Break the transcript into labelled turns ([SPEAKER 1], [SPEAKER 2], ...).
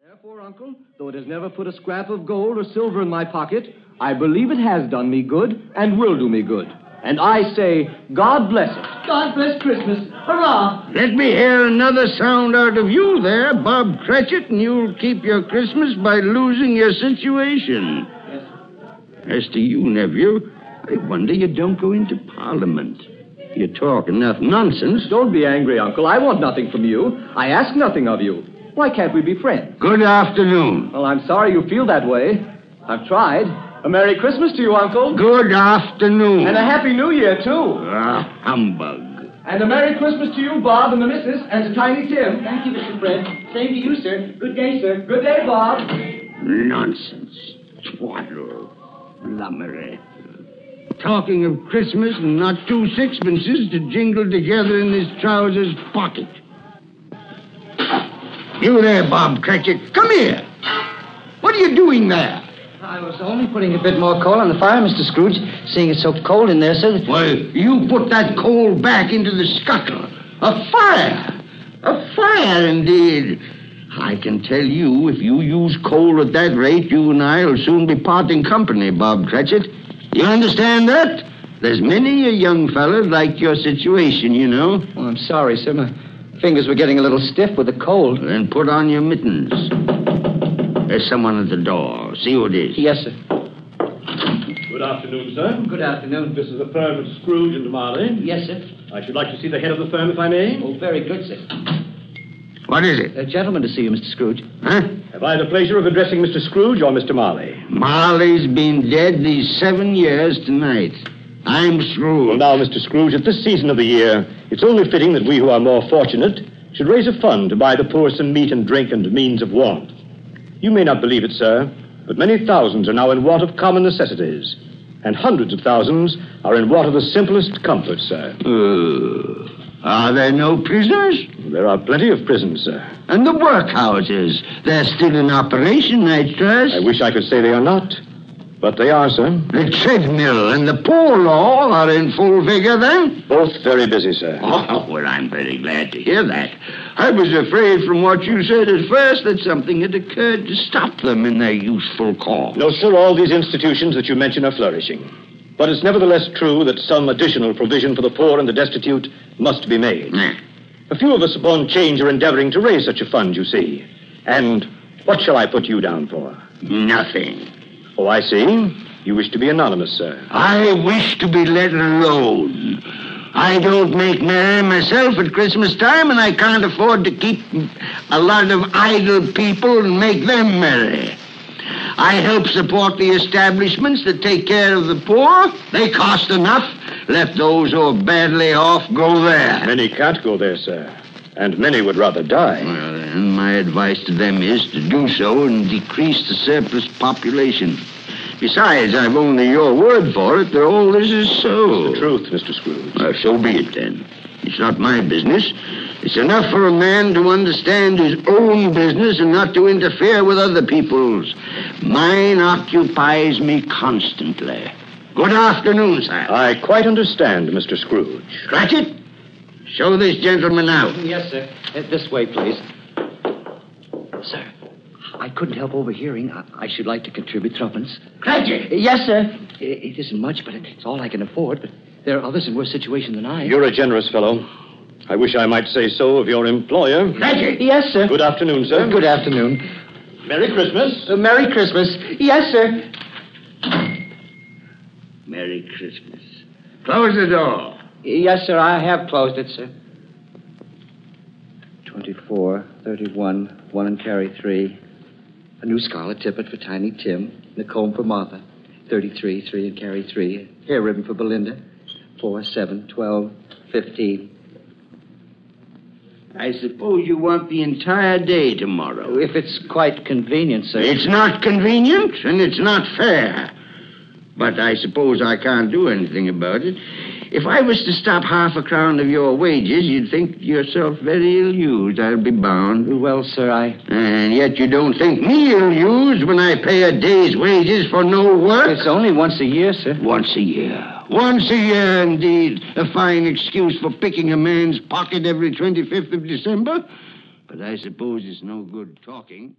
[SPEAKER 1] Therefore, Uncle, though it has never put a scrap of gold or silver in my pocket, I believe it has done me good and will do me good. And I say, God bless it.
[SPEAKER 2] God bless Christmas. Hurrah!
[SPEAKER 3] Let me hear another sound out of you there, Bob Cratchit, and you'll keep your Christmas by losing your situation. As to you, nephew, I wonder you don't go into Parliament. You talk enough nonsense.
[SPEAKER 1] Don't be angry, Uncle. I want nothing from you. I ask nothing of you. Why can't we be friends?
[SPEAKER 3] Good afternoon.
[SPEAKER 1] Well, I'm sorry you feel that way. I've tried. A Merry Christmas to you, Uncle.
[SPEAKER 3] Good afternoon.
[SPEAKER 1] And a Happy New Year, too.
[SPEAKER 3] Ah, humbug.
[SPEAKER 1] And a Merry Christmas to you, Bob, and the missus, and to Tiny Tim.
[SPEAKER 2] Thank you, Mr. Fred. Same to you, sir. Good day, sir.
[SPEAKER 1] Good day, Bob.
[SPEAKER 3] Nonsense. Twaddle. Flummery. Talking of Christmas and not two sixpences to jingle together in his trousers pocket. You there, Bob Cratchit. Come here. What are you doing there?
[SPEAKER 2] I was only putting a bit more coal on the fire, Mr. Scrooge, seeing it's so cold in there, sir.
[SPEAKER 3] Why, you put that coal back into the scuttle. A fire! A fire, indeed. I can tell you, if you use coal at that rate, you and I will soon be parting company, Bob Cratchit. You understand that? There's many a young feller like your situation, you know.
[SPEAKER 2] Oh, I'm sorry, sir. My fingers were getting a little stiff with the cold.
[SPEAKER 3] Then put on your mittens. There's someone at the door. See who it is.
[SPEAKER 2] Yes, sir.
[SPEAKER 4] Good afternoon, sir.
[SPEAKER 2] Good afternoon.
[SPEAKER 4] This is the firm of Scrooge and Marley.
[SPEAKER 2] Yes, sir.
[SPEAKER 4] I should like to see the head of the firm, if I may.
[SPEAKER 2] Oh, very good, sir.
[SPEAKER 3] What is it?
[SPEAKER 2] A gentleman to see you, Mr. Scrooge.
[SPEAKER 3] Huh?
[SPEAKER 4] Have I the pleasure of addressing Mr. Scrooge or Mr. Marley?
[SPEAKER 3] Marley's been dead these seven years tonight. I'm
[SPEAKER 4] Well,
[SPEAKER 3] Scrooge.
[SPEAKER 4] now, Mr. Scrooge, at this season of the year, it's only fitting that we who are more fortunate should raise a fund to buy the poor some meat and drink and means of warmth. You may not believe it, sir, but many thousands are now in want of common necessities, and hundreds of thousands are in want of the simplest comfort, sir.
[SPEAKER 3] Uh, are there no prisoners?
[SPEAKER 4] There are plenty of prisons, sir.
[SPEAKER 3] And the workhouses. They're still in operation, I trust.
[SPEAKER 4] I wish I could say they are not, but they are, sir.
[SPEAKER 3] The treadmill and the poor law are in full vigor, then?
[SPEAKER 4] Both very busy, sir.
[SPEAKER 3] Oh, well, I'm very glad to hear that. I was afraid from what you said at first that something had occurred to stop them in their useful cause.
[SPEAKER 4] No, sir, all these institutions that you mention are flourishing. But it's nevertheless true that some additional provision for the poor and the destitute must be made.
[SPEAKER 3] Eh,
[SPEAKER 4] A few of us upon change are endeavoring to raise such a fund, you see. And what shall I put you down for?
[SPEAKER 3] Nothing.
[SPEAKER 4] Oh, I see. You wish to be anonymous, sir.
[SPEAKER 3] I wish to be let alone. I don't make merry myself at Christmas time, and I can't afford to keep a lot of idle people and make them merry. I help support the establishments that take care of the poor. They cost enough. Let those who are badly off go there.
[SPEAKER 4] Many can't go there, sir. And many would rather die.
[SPEAKER 3] Well, then, my advice to them is to do so and decrease the surplus population. Besides, I've only your word for it that all this is so.
[SPEAKER 4] The truth, Mr. Scrooge.
[SPEAKER 3] Well, so be it then. It's not my business. It's enough for a man to understand his own business and not to interfere with other people's. Mine occupies me constantly. Good afternoon, sir.
[SPEAKER 4] I quite understand, Mr. Scrooge.
[SPEAKER 3] Cratchit, show this gentleman out.
[SPEAKER 2] Yes, sir. Uh, this way, please. Sir, I couldn't help overhearing. I, I should like to contribute threepence. Uh,
[SPEAKER 3] Cratchit!
[SPEAKER 2] Yes, sir. It, it isn't much, but it's all I can afford. But there are others in worse situation than I.
[SPEAKER 4] You're a generous fellow. I wish I might say so of your employer.
[SPEAKER 3] Cratchit!
[SPEAKER 2] Yes, sir.
[SPEAKER 4] Good afternoon, sir.
[SPEAKER 2] Good afternoon.
[SPEAKER 4] Merry Christmas.
[SPEAKER 2] Uh, Merry Christmas. Yes, sir.
[SPEAKER 3] Merry Christmas. Close the door.
[SPEAKER 2] Yes, sir. I have closed it, sir. 24, 31, one and carry three. A new scarlet tippet for Tiny Tim, and a comb for Martha. 33, three and carry three. Hair ribbon for Belinda. 4, 7, 12, 15.
[SPEAKER 3] I suppose you want the entire day tomorrow.
[SPEAKER 2] If it's quite convenient, sir.
[SPEAKER 3] It's not convenient and it's not fair. But I suppose I can't do anything about it. If I was to stop half a crown of your wages, you'd think yourself very ill used, I'll be bound.
[SPEAKER 2] Well, sir, I.
[SPEAKER 3] And yet you don't think me ill used when I pay a day's wages for no work?
[SPEAKER 2] It's only once a year, sir.
[SPEAKER 3] Once a year. Once a year, indeed. A fine excuse for picking a man's pocket every 25th of December. But I suppose it's no good talking.